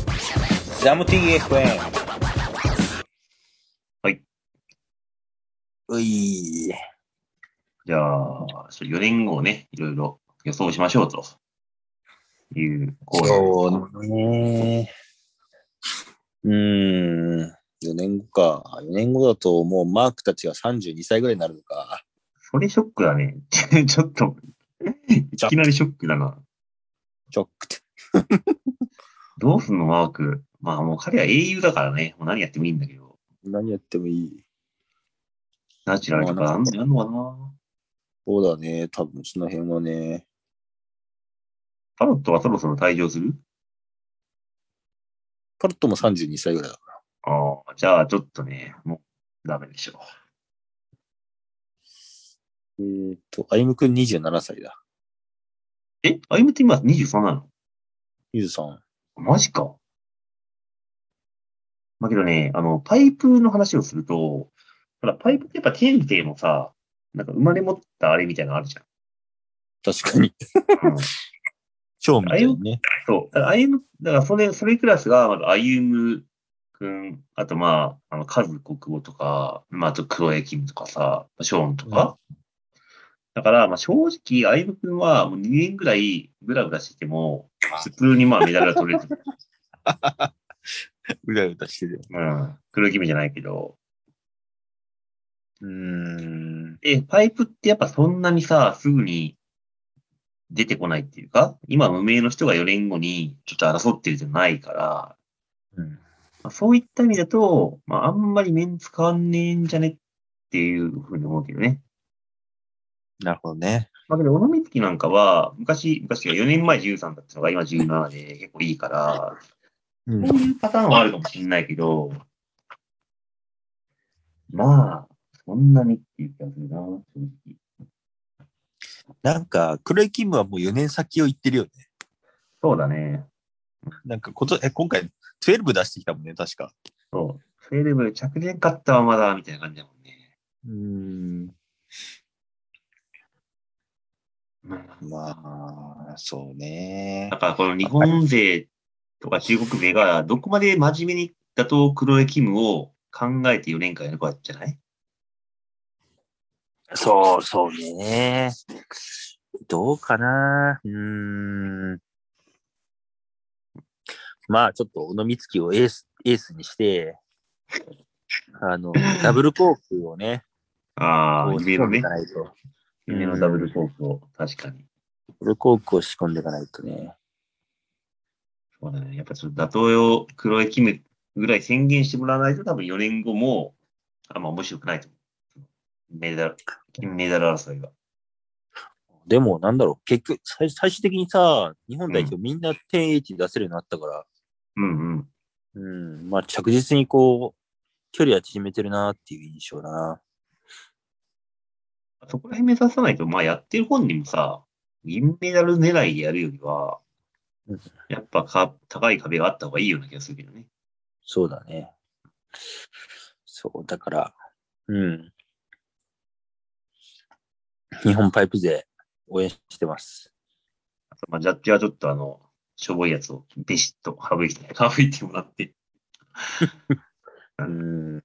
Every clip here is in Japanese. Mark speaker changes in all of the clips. Speaker 1: ジャム TFM。
Speaker 2: はい。
Speaker 1: うい。
Speaker 2: じゃあ、ちょ4年後をね、いろいろ予想しましょうと。いうコーナー
Speaker 1: そうね。うーん。4年後か。4年後だともうマークたちが32歳ぐらいになるのか。
Speaker 2: それショックだね。 ちょっと、いきなりショックだな。
Speaker 1: ちょっくて。
Speaker 2: どうすんの、マーク。まあもう彼は英雄だからね。もう何やってもいいんだけど。
Speaker 1: 何やってもいい。
Speaker 2: ナチュラルとかあんのやんのかな。
Speaker 1: そうだね。多分その辺はね。
Speaker 2: タロットはそろそろ退場する
Speaker 1: パルットも32歳ぐらいだから。
Speaker 2: ああ、じゃあちょっとね、もうダメでしょ
Speaker 1: えーっと、歩夢くん27歳だ。
Speaker 2: う。え、歩夢って今23なの
Speaker 1: ゆずさん。
Speaker 2: マジか。まあけどね、あの、パイプの話をすると、ほら、パイプってやっぱ天性のさ、なんか生まれ持ったあれみたいなのあるじゃん。
Speaker 1: 確かに。
Speaker 2: うん
Speaker 1: 超みたいなね。
Speaker 2: そう。だから、歩む、だから、それ、それクラスが、まず、歩むくん、あと、まあ、あの、カズ国語とか、まあ、あと、黒江金とかさ、ショーンとか。だから、まあ、正直、歩むくんは、もう2年ぐらい、ぐらぐらしてても、普通に、まあ、メダルが取れる。
Speaker 1: うらうらしてるよ。
Speaker 2: うん。黒い君じゃないけど。
Speaker 1: うーん。
Speaker 2: で、パイプってやっぱそんなにさ、すぐに出てこないっていうか、今無名の人が4年後にちょっと争ってるじゃないから、
Speaker 1: うん
Speaker 2: まあ、そういった意味だと、まあ、あんまりメンツ変わんねえんじゃねっていうふうに思うけどね。
Speaker 1: なるほどね。
Speaker 2: まあ、けど、小野月なんかは、昔、昔が4年前13だったのが今17で結構いいから、
Speaker 1: うん
Speaker 2: そういうパターンはあるかもしれないけど、まあ、そんなにっていう気がするな、正直。
Speaker 1: なんか、黒井キムはもう4年先を言ってるよね。
Speaker 2: そうだね。
Speaker 1: なんかこと、え、今回、12出してきたもんね、確か。
Speaker 2: そう。それでも着年勝ったはまだ、みたいな感じだもんね。
Speaker 1: うーん。まあ、そうね
Speaker 2: だ。からこの日本勢とか中国勢がどこまで真面目に打倒黒江キムを考えて4年間やるかじゃない
Speaker 1: そう、そうね。どうかな。うーん。まあ、ちょっと、小野光希をエース、エースにして、あの、ダブルコークをね、
Speaker 2: あ
Speaker 1: こう
Speaker 2: 夢の
Speaker 1: 仕込んでい
Speaker 2: ね
Speaker 1: か。ないと。
Speaker 2: 夢のダブルコースを。確かに。
Speaker 1: ダブルコークを仕込んでいかないとね。
Speaker 2: そうだね。やっぱちょっと打倒用黒江キムぐらい宣言してもらわないと多分4年後もあんま面白くないと思う。メダル、金メダル争いが。
Speaker 1: でも、なんだろう、結局、最最終的にさ、日本代表みんな1080出せるようになったから、
Speaker 2: うんうん。
Speaker 1: うん、まあ着実にこう、距離は縮めてるなっていう印象だな。
Speaker 2: そこら辺目指さないと、まあやってる本人もさ、銀メダル狙いでやるよりは
Speaker 1: うん、
Speaker 2: やっぱか高い壁があった方がいいような気がするけどね。
Speaker 1: そうだね。そう、だから、うん。日本パイプ勢、応援してます。
Speaker 2: あとまあジャッジはちょっとあの、しょぼいやつをビシッと省いて、 省いてもらって。
Speaker 1: うん。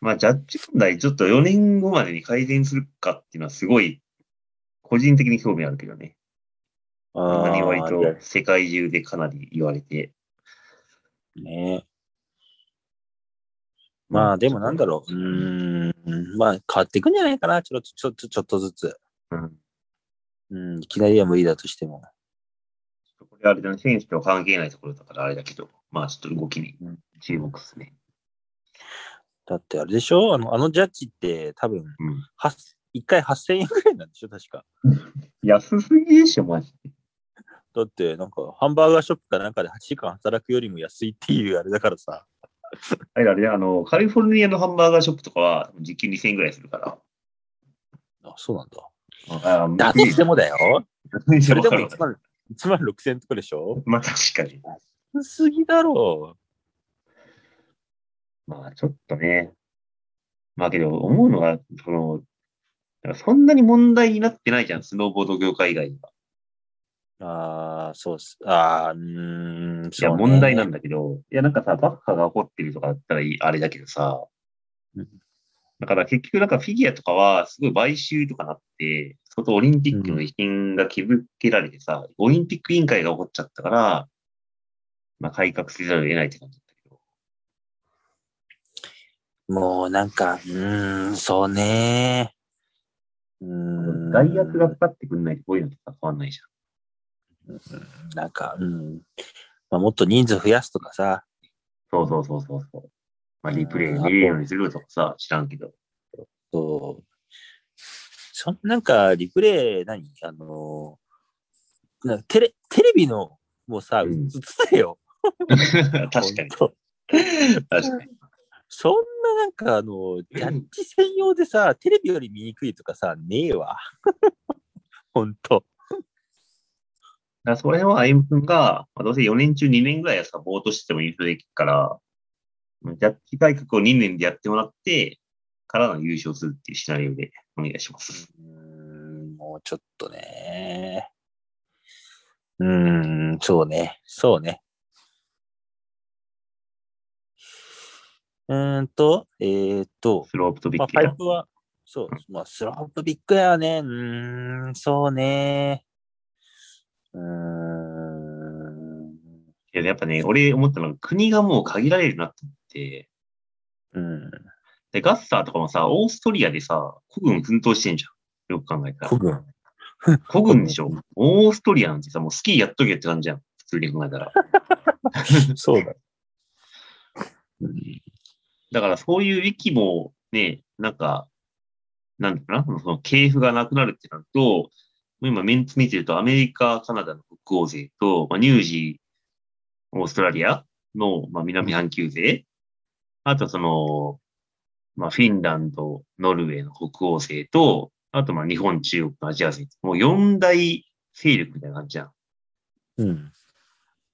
Speaker 2: まあジャッジ問題、ちょっと4年後までに改善するかっていうのはすごい、個人的に興味あるけどね。あんまり割と
Speaker 1: ー
Speaker 2: 世界中でかなり言われて。
Speaker 1: ね。まあでもなんだろう。うん。まあ変わっていくんじゃないかな。ちょっと、ちょっと、ちょっとずつ。
Speaker 2: うん
Speaker 1: うん。いきなりは無理だとしても。
Speaker 2: これあれだね、選手とは関係ないところだからあれだけど、まあちょっと動きに注目ですね。
Speaker 1: だってあれでしょあのあのジャッジって多分、
Speaker 2: うん
Speaker 1: はっ1回8000円くらいなんでしょ確か。
Speaker 2: 安すぎでしょ、マジで。
Speaker 1: だってなんかハンバーガーショップかなんかで8時間働くよりも安いっていうあれだからさ。
Speaker 2: あれだね、あの、カリフォルニアのハンバーガーショップとかは、時給2000円ぐらいするから。
Speaker 1: あ、そうなんだ。
Speaker 2: あー
Speaker 1: だとしてもだよ。それでも1
Speaker 2: わかるわかる
Speaker 1: 万 ,1 万6000円とかでしょ
Speaker 2: まあ確かに。
Speaker 1: 安すぎだろ
Speaker 2: まあちょっとね。まあけど、思うのが、その、だからそんなに問題になってないじゃん、スノーボード業界以外は。
Speaker 1: うああ、そうっす。ああ、うーん、
Speaker 2: いや、
Speaker 1: そうね
Speaker 2: 問題なんだけど、いや、なんかさ、バッハが怒ってるとかだったらいい、あれだけどさ
Speaker 1: うん、
Speaker 2: だから結局なんかフィギュアとかはすごい買収とかなって、相当オリンピックの遺品が気ぶけられてさ、オリンピック委員会が起こっちゃったから、まあ改革せざるを得ないって感じだったけど。
Speaker 1: もうなんか、うーん、そうね。うーん。
Speaker 2: 代役がかかってくんないとこういうのとか変わんないじゃん。
Speaker 1: なんか、うん。まあ、もっと人数増やすとかさ。
Speaker 2: そうそうそうそうそう。まあリプレイ見れるようにするとかさ、知らんけど。
Speaker 1: そう。そんなんか、リプレイ何、あのー、なんかテレ、テレビの、もうさ、
Speaker 2: う
Speaker 1: 映
Speaker 2: ん
Speaker 1: せよ。
Speaker 2: 確か に。
Speaker 1: ほんと
Speaker 2: 確かに。
Speaker 1: そんななんか、あの、ジャッジ専用でさ、テレビより見にくいとかさ、ねえわ。 ほんと。
Speaker 2: だからそこら辺は歩夢君が、まあ、どうせ4年中2年ぐらいはさ、ぼーっとしてても優勝できるから、ジャッジ改革を2年でやってもらって、からの優勝するっていうシナリオでお願いします。
Speaker 1: うーん、もうちょっとね。うーん、そうね。そうね。うーんと、えーっと、
Speaker 2: スロープとビ
Speaker 1: まあ、
Speaker 2: ッグ
Speaker 1: パ
Speaker 2: や
Speaker 1: イプは、そう、まあ、スランプビッグやね。うーん、そうね。うーん。
Speaker 2: いややっぱね、俺思ったのが国がもう限られるなって思って、
Speaker 1: うん。
Speaker 2: で、ガッサーとかもさ、オーストリアでさ、孤軍奮闘してんじゃん。よく考えたら。
Speaker 1: 古軍。
Speaker 2: 孤軍でしょ。オーストリアなんてさ、もうスキーやっとけって感じじゃん。普通に考えたら。
Speaker 1: そうだ。うん
Speaker 2: だからそういう域もね、なんか、なんだろうな、その系譜がなくなるってなると、もう今メンツ見てるとアメリカ、カナダの北欧勢と、まあ、ニュージー、オーストラリアの、まあ、南半球勢、あとその、まあ、フィンランド、ノルウェーの北欧勢と、あとまあ日本、中国のアジア勢、もう四大勢力みたいな感じじゃん。だ
Speaker 1: うん。
Speaker 2: か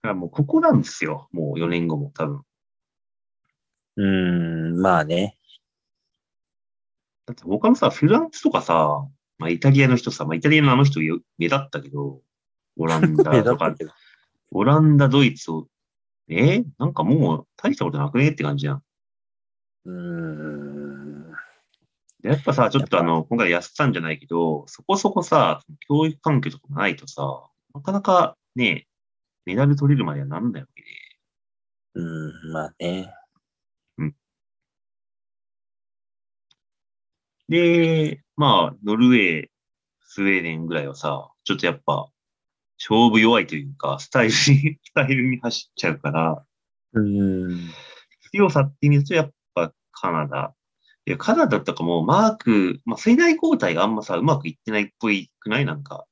Speaker 2: らもうここなんですよ。もう4年後も多分。
Speaker 1: うーん、まあね。
Speaker 2: だって他のさ、フランスとかさ、まあ、イタリアの人さ、まあ、イタリアのあの人よ目立ったけど、オラン
Speaker 1: 目
Speaker 2: ダ
Speaker 1: 立
Speaker 2: と
Speaker 1: った
Speaker 2: か、
Speaker 1: けど
Speaker 2: オランダ、ドイツを、えーなんかもう大したことなくねって感じじゃん。
Speaker 1: うーん。
Speaker 2: でやっぱさ、ちょっと
Speaker 1: やっぱ
Speaker 2: あの、今回安さんじゃないけど、そこそこさ、教育環境とかもないとさ、なかなかね、メダル取れるまではなんだよね。
Speaker 1: うん、まあね。
Speaker 2: で、まあ、ノルウェー、スウェーデンぐらいはさ、ちょっとやっぱ、勝負弱いというか、スタイルに、スタイルに走っちゃうから、
Speaker 1: うん。
Speaker 2: 強さって意味だと、やっぱカナダ。いや、カナダとかもマーク、まあ、世代交代があんまさ、うまくいってないっぽいくないなんか。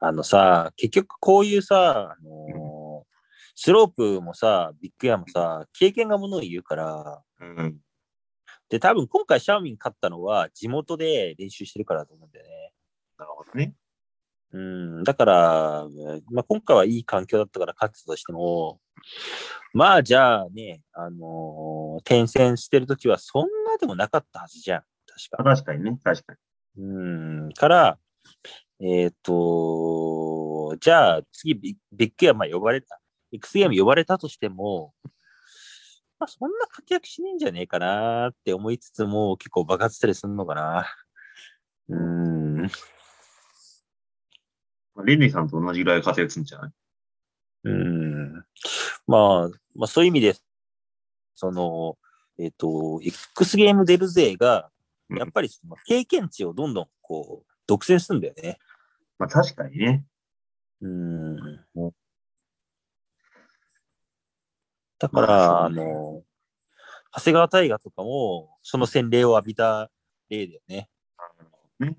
Speaker 1: あのさ、結局こういうさ、あのースロープもさ、ビッグエアもさ、経験がものを言うから、
Speaker 2: うん。
Speaker 1: で、多分今回シャーミン勝ったのは地元で練習してるからだと思うんだよね。
Speaker 2: なるほどね。
Speaker 1: うん、だから、まあ、今回はいい環境だったから勝つとしても、まあじゃあね、あのー転戦してるときはそんなでもなかったはずじゃん、確か
Speaker 2: あ。確かにね、確かに。
Speaker 1: うん、から、えっ、と、じゃあ次ビ、ビッグゲームは呼ばれた、X ゲーム呼ばれたとしても、まあ、そんな活躍しねえんじゃねえかなって思いつつも、結構爆発したりするのかな。うん、
Speaker 2: まあ、レネさんと同じぐらい活躍するんじゃない
Speaker 1: うん。まあ、まあ、そういう意味で、その、えっ、と、X ゲーム出る勢が、
Speaker 2: うん
Speaker 1: やっぱりその経験値をどんどんこう、独占するんだよね。
Speaker 2: まあ確かにね。
Speaker 1: うん
Speaker 2: うん。
Speaker 1: だから、
Speaker 2: まあ
Speaker 1: あ
Speaker 2: そうね
Speaker 1: の、長谷川大河とかも、その洗礼を浴びた例だよね。
Speaker 2: ね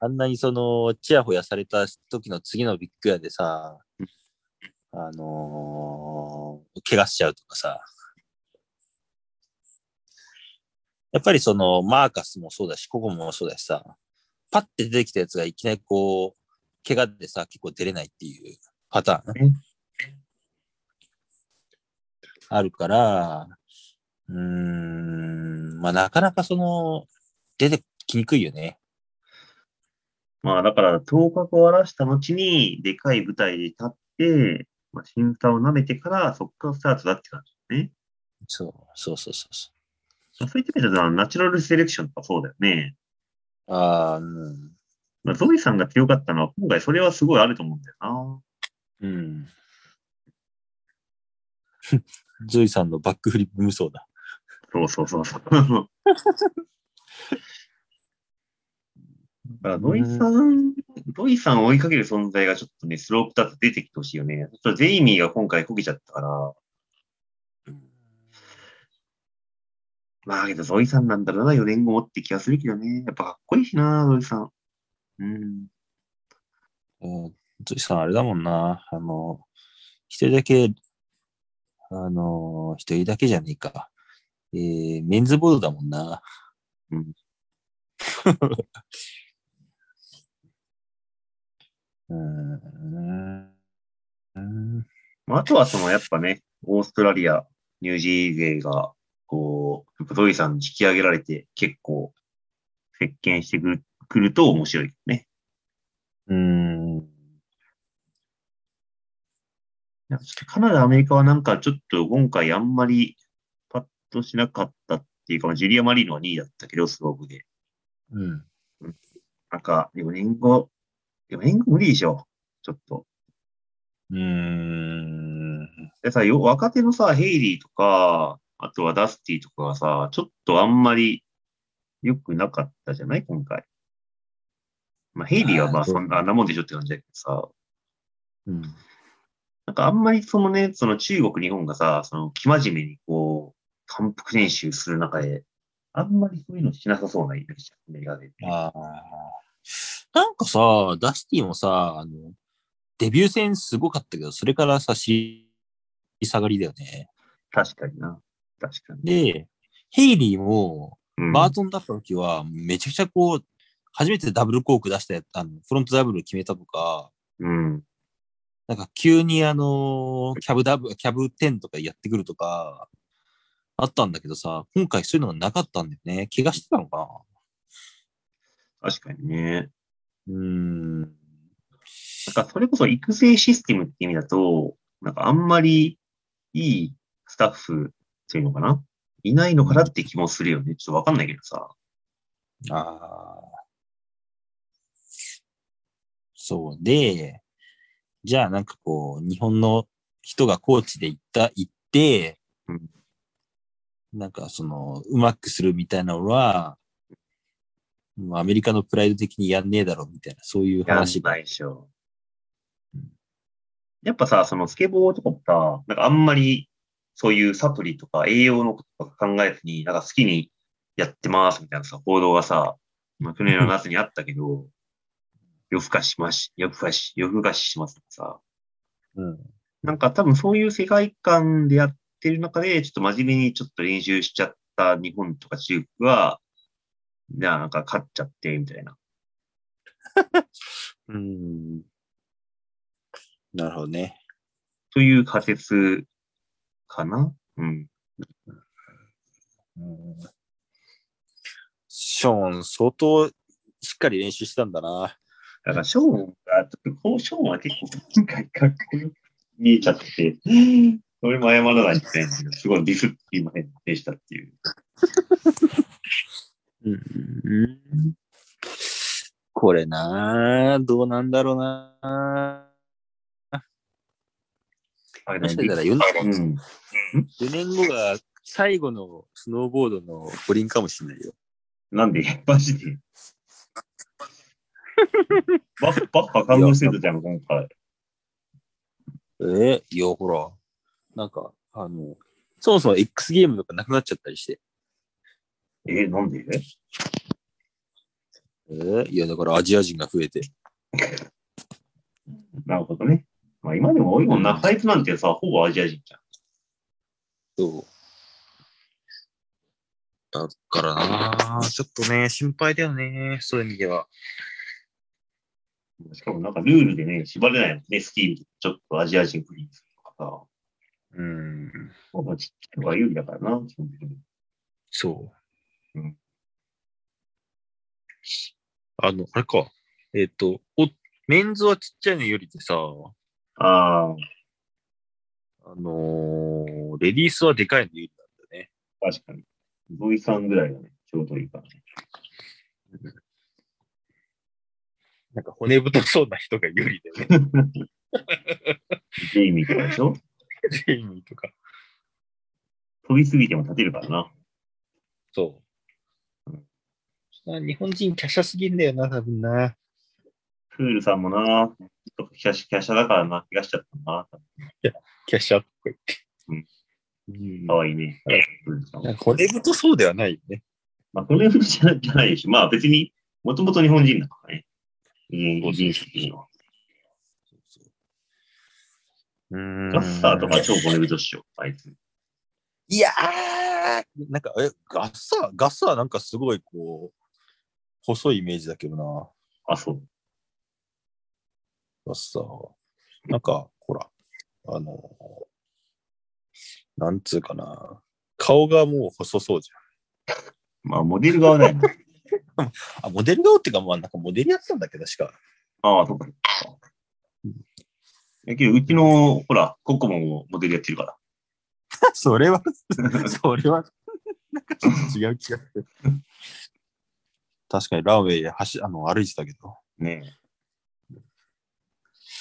Speaker 1: あんなにその、ちやほやされた時の次のビッグやでさ、あのー怪我しちゃうとかさ。やっぱりその、マーカスもそうだし、ココもそうだしさ、パッて出てきたやつがいきなりこう、怪我でさ、結構出れないっていうパター
Speaker 2: う
Speaker 1: ン
Speaker 2: ん。
Speaker 1: あるから、うーん、まあなかなかその、出てきにくいよね。
Speaker 2: まあだから頭角を現した後に、でかい舞台に立って、まあ、審査を舐めてから、そこからスタートだって感じだね。
Speaker 1: そうそうそうそうそ
Speaker 2: まあそういった意味では、ナチュラルセレクションとかそうだよね。
Speaker 1: う。ああ、うん。
Speaker 2: まあ、ゾイさんが強かったのは、今回それはすごいあると思うんだよな。
Speaker 1: うん。 ゾイさんのバックフリップ無双だ。
Speaker 2: そうそうそうそう。だから、土井さん、土井さんを追いかける存在がちょっとね、スロープだと出てきてほしいよね。ちょっとゼイミーが今回こけちゃったから、まあ、けど土井さんなんだろうな、4年後もって気がするけどね。やっぱかっこいいしな、土井さん。うん。
Speaker 1: うんゾイさんあれだもんな。あの、一人だけ、あの、一人だけじゃねえか。えー、メンズボードだもんな。
Speaker 2: うん。
Speaker 1: うーん。うん
Speaker 2: まあ、あとはその、やっぱね、オーストラリア、ニュージー勢が、こう、やっぱ土井さんに引き上げられて、結構、席巻してくるくると面白いね。
Speaker 1: うーん。
Speaker 2: なんかちょっとカナダ、アメリカはなんかちょっと今回あんまりパッとしなかったっていうか、まあジュリア・マリーノは2位だったけど、スロープで。
Speaker 1: うん。
Speaker 2: なんか4年後、4年後無理でしょ。ちょっと。
Speaker 1: うーん。
Speaker 2: でさ、よ若手のさ、ヘイリーとか、あとはダスティとかがさ、ちょっとあんまり良くなかったじゃない今回。まあ、ヘイリーはま
Speaker 1: あー
Speaker 2: あ
Speaker 1: そう
Speaker 2: そんな、あんなもんでしょって感じだけどさ。
Speaker 1: うん。
Speaker 2: なんかあんまりそのね、その中国、日本がさ、その、生真面目にこう、反復練習する中で、あんまりそういうのしなさそうなイメージだね、映画で。
Speaker 1: ああ。なんかさ、ダスティもさ、あの、デビュー戦すごかったけど、それからさ、し下がりだよね。
Speaker 2: 確かにな。確かに。
Speaker 1: で、ヘイリーも、
Speaker 2: うん、
Speaker 1: バートンだった時は、めちゃくちゃこう、初めてダブルコーク出したやつ、あの、フロントダブル決めたとか、
Speaker 2: うん。
Speaker 1: なんか急にあのーキャブダブ、キャブ10とかやってくるとか、あったんだけどさ、今回そういうのがなかったんだよね。怪我してたのかな
Speaker 2: 確かにね。
Speaker 1: うーん。
Speaker 2: なんかそれこそ育成システムって意味だと、なんかあんまりいいスタッフっていうのかないないのかなって気もするよね。ちょっとわかんないけどさ。
Speaker 1: ああ。そうで、じゃあなんかこう、日本の人がコーチで行った、行って、
Speaker 2: うん
Speaker 1: なんかその、うまくするみたいなのは、もうアメリカのプライド的にやんねえだろ、みたいな、そういう
Speaker 2: やん
Speaker 1: 話が。
Speaker 2: ないでしょ。やっぱさ、そのスケボーとかもさ、なんかあんまりそういうサプリとか栄養のこととか考えずに、なんか好きにやってますみたいなさ、報道がさ、まあ、去年の夏にあったけど、夜更かしまし、夜更かし、夜更かししますとかさ、
Speaker 1: うん。
Speaker 2: なんか多分そういう世界観でやってる中で、ちょっと真面目にちょっと練習しちゃった日本とか中国は、なんか勝っちゃってみたいな。
Speaker 1: うん。なるほどね。
Speaker 2: という仮説かなうん。
Speaker 1: うんショーン、相当しっかり練習してたんだな。
Speaker 2: だから、ショーンが、ちょっとこう、ショーンは結構、今回かっこよく見えちゃってて、俺も謝らないといけないんですけど、すごいディスって今変でしたっていう。
Speaker 1: うんこれなあどうなんだろうな
Speaker 2: あれ
Speaker 1: も
Speaker 2: だ
Speaker 1: し
Speaker 2: ね
Speaker 1: かしたら 4,
Speaker 2: うん。
Speaker 1: 4年後が最後のスノーボードの五輪かもしれないよ。
Speaker 2: なんで、マ ジで。バッバッハ感動してたじゃん、今回。
Speaker 1: えいや、ほら。なんか、あの、そもそも X ゲームとかなくなっちゃったりして。
Speaker 2: えー、なんで
Speaker 1: えいや、だからアジア人が増えて。
Speaker 2: なるほどね。まあ、今でも多いもんな。サイズなんてさ、ほぼアジア人じゃん。
Speaker 1: そう。だからなあちょっとね、心配だよね。そういう意味では。
Speaker 2: しかもなんかルールでね、縛れないもんね、スキーにちょっとアジア人フリーズとかさ。
Speaker 1: うん。
Speaker 2: ほぼちっちゃいのが有利だからな、基本的に。
Speaker 1: そう。
Speaker 2: うん
Speaker 1: あの、あれか。えっ、と、お、メンズはちっちゃいのよりでさ、あ
Speaker 2: ああ、
Speaker 1: のーレディースはでかいのよりなんだよね。
Speaker 2: 確かに。ボイさんぐらいがね、ちょうどいいからね。
Speaker 1: なんか骨太そうな人が有利 だよね。
Speaker 2: ジェイミーとかでしょ
Speaker 1: ジェイミーとか。
Speaker 2: 飛びすぎても立てるからな。
Speaker 1: そう。あ日本人、華奢すぎんだよな、多分な。
Speaker 2: プールさんもな、ちょっとキャシキャシャだからな、怪我しちゃったな。
Speaker 1: 華奢っぽい。
Speaker 2: うん
Speaker 1: うん
Speaker 2: かわいいね
Speaker 1: うん。
Speaker 2: プールさん
Speaker 1: なんか骨太そうではないよね。
Speaker 2: まあ、これじゃないじゃないし、まあ別に、もともと日本人だからね。人
Speaker 1: そうそう
Speaker 2: 人種的には。
Speaker 1: うーん
Speaker 2: ガッサーとか超ボネルトっしょ、あいつ。
Speaker 1: いやー、なんか、え、ガッサー、ガッサーなんかすごいこう、細いイメージだけどな、
Speaker 2: あ、そう。
Speaker 1: ガッサーは。なんか、ほら、あの、なんつうかな、顔がもう細そうじ
Speaker 2: まあモデル側だよね。
Speaker 1: ゃん。あ、モデル顔っていうか、まあなんかモデルやってたんだっけど、確か。
Speaker 2: ああ、そうか。だけど、うちの、ほら、ココモもモデルやってるから。
Speaker 1: それ は、それは、なんかちょっと違う気がする。確かにランウェイ走あの歩いてたけど。
Speaker 2: ねえ。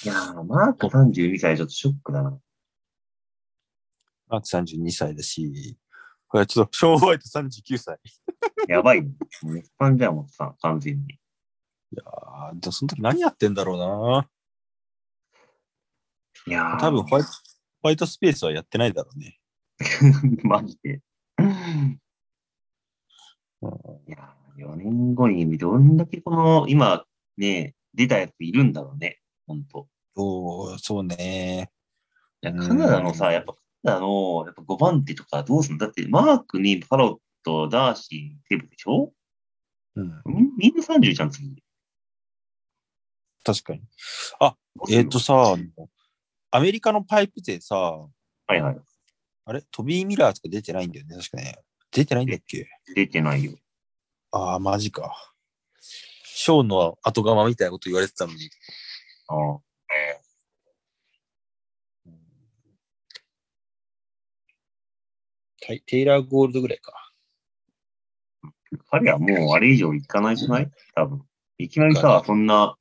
Speaker 2: いやー、マーク32歳、ちょっとショックだな。
Speaker 1: マーク32歳だし、これはちょっと、ショーン・ホワイト39歳。
Speaker 2: やばい、ね。もう一般じゃん、もうさ、完全に。
Speaker 1: あーでもその時何やってんだろう
Speaker 2: いや
Speaker 1: な。
Speaker 2: ー
Speaker 1: 多分ホワイト、ホワイトスペースはやってないだろうね。
Speaker 2: マジで。いや、4年後にどんだけこの、今、ね、出たやついるんだろうね、ほんと。
Speaker 1: おーそうね。
Speaker 2: いや、
Speaker 1: うん
Speaker 2: カナダのさ、やっぱカナダの、やっぱ5番手とかどうすんだって、マークにパロット、ダーシー、テーブでしょ
Speaker 1: うん、
Speaker 2: みみんな30じゃん、次。
Speaker 1: 確かに。あ、えっ、とさ、アメリカのパイプでさ、
Speaker 2: はいはい。
Speaker 1: あれトビー・ミラーとか出てないんだよね、確かね。出てないんだっけ
Speaker 2: 出てないよ。
Speaker 1: ああ、マジか。ショーンの後釜みたいなこと言われてたのに。
Speaker 2: ああ。
Speaker 1: テイテイラー・ゴールドぐらいか。
Speaker 2: 彼はもうあれ以上いかないじゃない多分。いきなり
Speaker 1: いかな
Speaker 2: さ、そんな、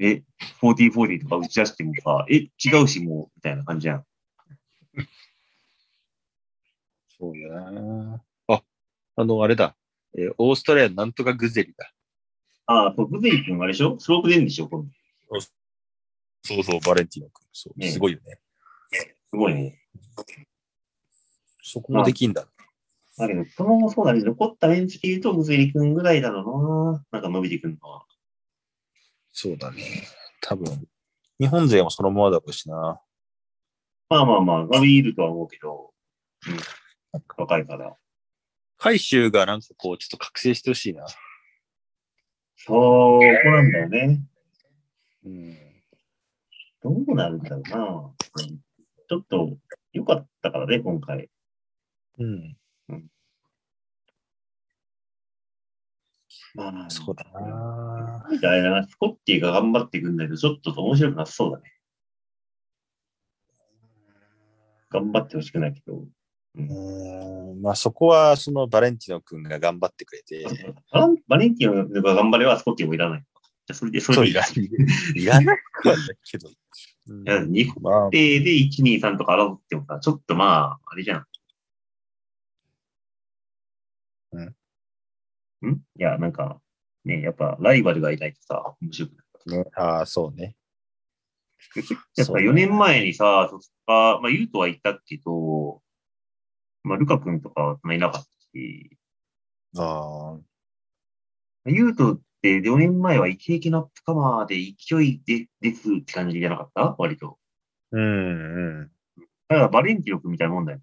Speaker 2: え、4040とか打ち出してもさ、え、違うし、もう、みたいな感じじゃん。
Speaker 1: そうやな。あ、あの、あれだ。えーオーストラリアのなんとかグゼリだ。
Speaker 2: ああ、そうグゼリ君あれでしょスロープ出るんでしょ今度
Speaker 1: そうそう、バレンティーノ君。そう、
Speaker 2: ね
Speaker 1: すごいよね。
Speaker 2: すごいね。
Speaker 1: そこもできんだ。
Speaker 2: だけど、その、そうだね、残ったメンツで言うと、グゼリ君ぐらいだろうな。なんか伸びてくるのは。
Speaker 1: そうだね。多分、日本勢もそのままだろうしな。
Speaker 2: まあまあまあ、伸びるとは思うけど、うん。若いから。
Speaker 1: 海州がなんかこう、ちょっと覚醒してほしいな。
Speaker 2: そう、ここなんだよね。
Speaker 1: うん。
Speaker 2: どうなるんだろうな。うんちょっと、良かったからね、今回。
Speaker 1: うん。
Speaker 2: まあまあ、
Speaker 1: そうだな。
Speaker 2: みたいな、スコッティが頑張っていくんだけど、ちょっと面白くなさそうだね。頑張ってほしくないけど。
Speaker 1: うーんまあそこはそのバレンティノ君が頑張ってくれて、
Speaker 2: バンバレンティンが頑張ればスコッティもいらない。じゃあそれで、そ
Speaker 1: そう
Speaker 2: れで
Speaker 1: いらいらなくはないけど。うん
Speaker 2: いや日本
Speaker 1: まあ、
Speaker 2: で、で、1、2、3とか争ってもさ、ちょっとまあ、あれじゃん。んいや、なんか、ね、やっぱライバルがいないとさ、面白くない。
Speaker 1: ね、ああ、そう ね。
Speaker 2: やっぱ
Speaker 1: そうね
Speaker 2: 4年前にさ、そっか、まあ、ユうとは言ったけど、まあ、ルカ君とかはそんないなかったし、
Speaker 1: ああ、
Speaker 2: ユートって4年前はイケイケのアップカマーで勢いでですって感じじゃなかった割と。
Speaker 1: うんう
Speaker 2: だからバレンティノ君みたいなもんだよ。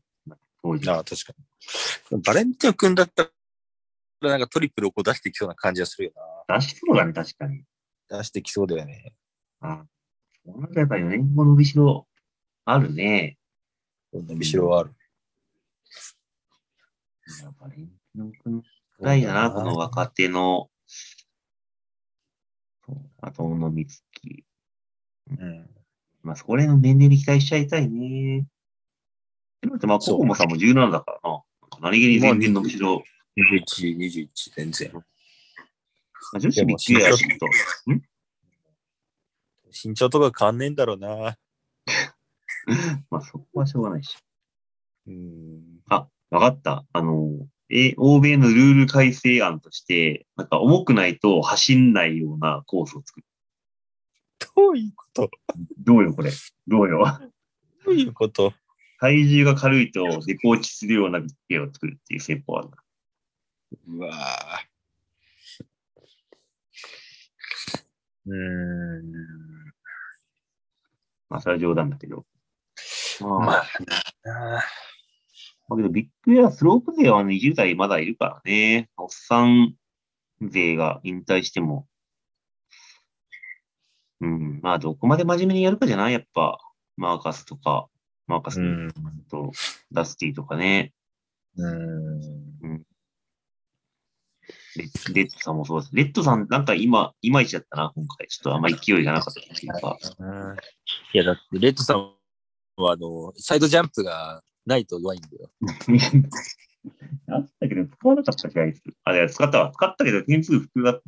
Speaker 2: 当時。
Speaker 1: ん。ああ、確かに。バレンティノ君だったら、なんかトリプルをこう出してきそうな感じがするよ
Speaker 2: 出しそうだね、確かに。
Speaker 1: な。出してきそうだよね。
Speaker 2: あそうなるとやっぱ4年後の伸びしろあるね。
Speaker 1: 伸びしろはある。
Speaker 2: いやバレンティノ君ぐらいだな、この若手の。そうあと、小野光希。
Speaker 1: うん。
Speaker 2: まあ、そこら辺の年齢に期待しちゃいたいね。でも、まあ、
Speaker 1: そう
Speaker 2: ココモさんも17だからな。なんか何気に全然伸びしろ。
Speaker 1: 21、21、全然。
Speaker 2: まあ、女子ビッグエアシート。ん
Speaker 1: 身長とか変わんねえんだろうな。
Speaker 2: まあ、そこはしょうがないし。
Speaker 1: うん。
Speaker 2: わかった。あの、え、欧米のルール改正案として、なんか重くないと走んないようなコースを作る。
Speaker 1: どういうこと
Speaker 2: どうよ、これ。どうよ。
Speaker 1: どういうこと
Speaker 2: 体重が軽いとデポ落ちするようなビッグエアを作るっていう戦法あるな。
Speaker 1: うわぁ。うーん。
Speaker 2: まあ、それは冗談だけど。まあ、
Speaker 1: ま
Speaker 2: ま
Speaker 1: あなあ。
Speaker 2: あ、けどビッグエアスロープ勢は20代まだいるからね。おっさん勢が引退しても。うん、まあ、どこまで真面目にやるかじゃないやっぱ、マーカスとか、マーカス
Speaker 1: うん。
Speaker 2: とダスティとかね。
Speaker 1: うん。
Speaker 2: レッレッドさんもそうです。レッドさん、なんか今、いまいちだったな、今回。ちょっとあんま勢いがなかったっていうか。
Speaker 1: いや、だって、レッドさんは、あの、サイドジャンプがないと弱いんだよ。
Speaker 2: あったけど、使わなかったじゃないです。あれ、使ったわ。使ったけど、点数普通だった。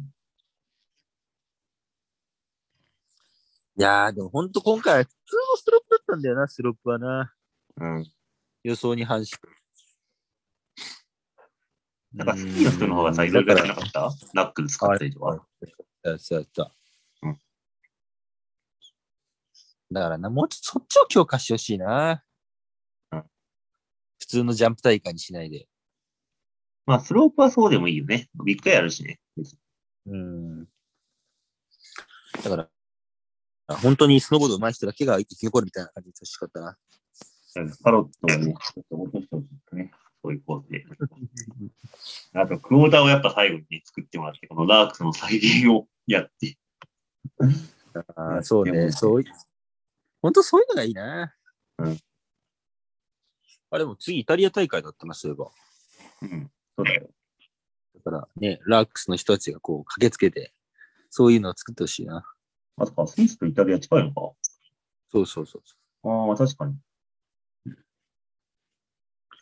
Speaker 1: いやー、でも本当今回、普通のスロープだったんだよな、スロープはな。
Speaker 2: うん。
Speaker 1: 予想に反して。
Speaker 2: だから、スキーの人の方がさ、いろいろやってなかったナックル使ったりとか。
Speaker 1: そうそうそう。
Speaker 2: うん
Speaker 1: だからな、もうちょっとそっちを強化してほしいな。
Speaker 2: うん
Speaker 1: 普通のジャンプ大会にしないで。
Speaker 2: まあ、スロープはそうでもいいよね。ビッグエアあるしね。
Speaker 1: うん。だから、あ本当にスノーボード上手い人だけが生き残るみたいな感じで欲しかったな。
Speaker 2: パロットをね、ちょっと落としてほしいですね。そういう構成。あと、クォーターをやっぱ最後にね、作ってもらって、このラークスの再現をやって。
Speaker 1: あ
Speaker 2: う
Speaker 1: あ、
Speaker 2: ん
Speaker 1: そう
Speaker 2: で
Speaker 1: ね。
Speaker 2: も
Speaker 1: そうい本当そういうのがいいな。
Speaker 2: うん。
Speaker 1: あ、でも次イタリア大会だったな、そういえば。
Speaker 2: うん。そうだよ。
Speaker 1: だからね、ラークスの人たちがこう駆けつけて、そういうのを作ってほしいな。
Speaker 2: あとか、スイスとイタリア近いのか。
Speaker 1: そうそうそうそ
Speaker 2: ああ、確かに。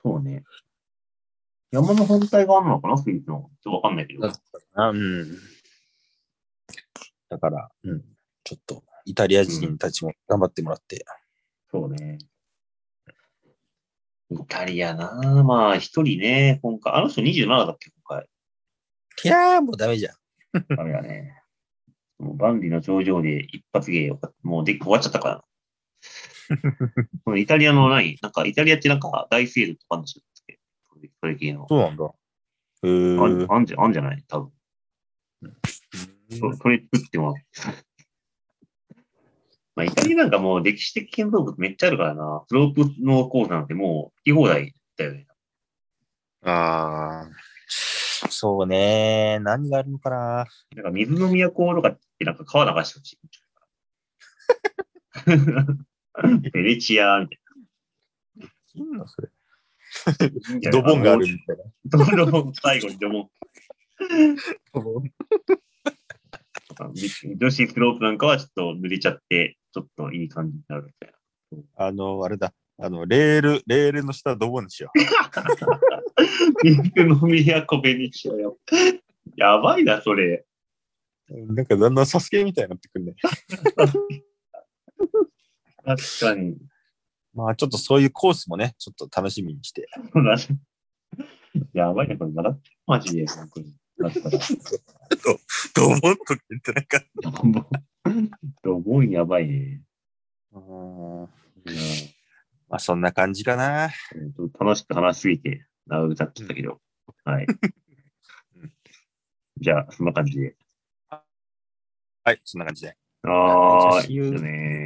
Speaker 2: そうね。山の反対側なのかな、スイーツの。ちょっとわかんないけど。
Speaker 1: だう。あうん。だから、うん。ちょっと、イタリア人たちも頑張ってもらって。
Speaker 2: そうね。イタリアなあまあ、一人ね、今回。あの人27だっけ、今
Speaker 1: いやー、もうダメじゃん。
Speaker 2: 回。ダメだね。もう万里の頂上で一発芸を、もうデック終わっちゃったから。 このイタリアのない、なんか、イタリアってなんか大聖堂とかあるんでしょそれそれ系の。
Speaker 1: そうなんだ。へ
Speaker 2: あん
Speaker 1: ー
Speaker 2: あんじゃあんじゃない多分。そそれ作ってもらって。まあ、イタリアなんかもう歴史的建造物めっちゃあるからな。スロープのコースなんてもう、行き放題だよね。
Speaker 1: ああ。そうね。何があるのかな。
Speaker 2: なんか水の都とかってなんか川流してほし い。ベネチアみたい
Speaker 1: いいのそれ。
Speaker 2: な。
Speaker 1: ドボンがある。みたいな。
Speaker 2: ドボン、最後にドボン。
Speaker 1: ドボン。
Speaker 2: 女子スロープなんかはちょっと濡れちゃって、ちょっといい感じになるみたいな。
Speaker 1: あの、あれだ。あの、レール、レールの下ドボンにしよう。
Speaker 2: 水の都ベネチアよ。やばいな、それ。
Speaker 1: なんかだんだんサスケみたいになってくるね。
Speaker 2: 確かに。
Speaker 1: まあちょっとそういうコースもね、ちょっと楽しみにして。
Speaker 2: そうだね。やばいね、これ、まだ。マジで、本当に。
Speaker 1: ドボンとか言ってなんか。
Speaker 2: ドボン、ドボンやばいね。
Speaker 1: ま
Speaker 2: いや
Speaker 1: あそんな感じかな。
Speaker 2: 本当楽しく話しすぎて、長くなっちゃったけど。 はい
Speaker 1: うん。
Speaker 2: じゃあ、そんな感じで。
Speaker 1: はい、そんな感じで。
Speaker 2: ああ、
Speaker 1: じゃあ
Speaker 2: い
Speaker 1: see
Speaker 2: い
Speaker 1: you
Speaker 2: よね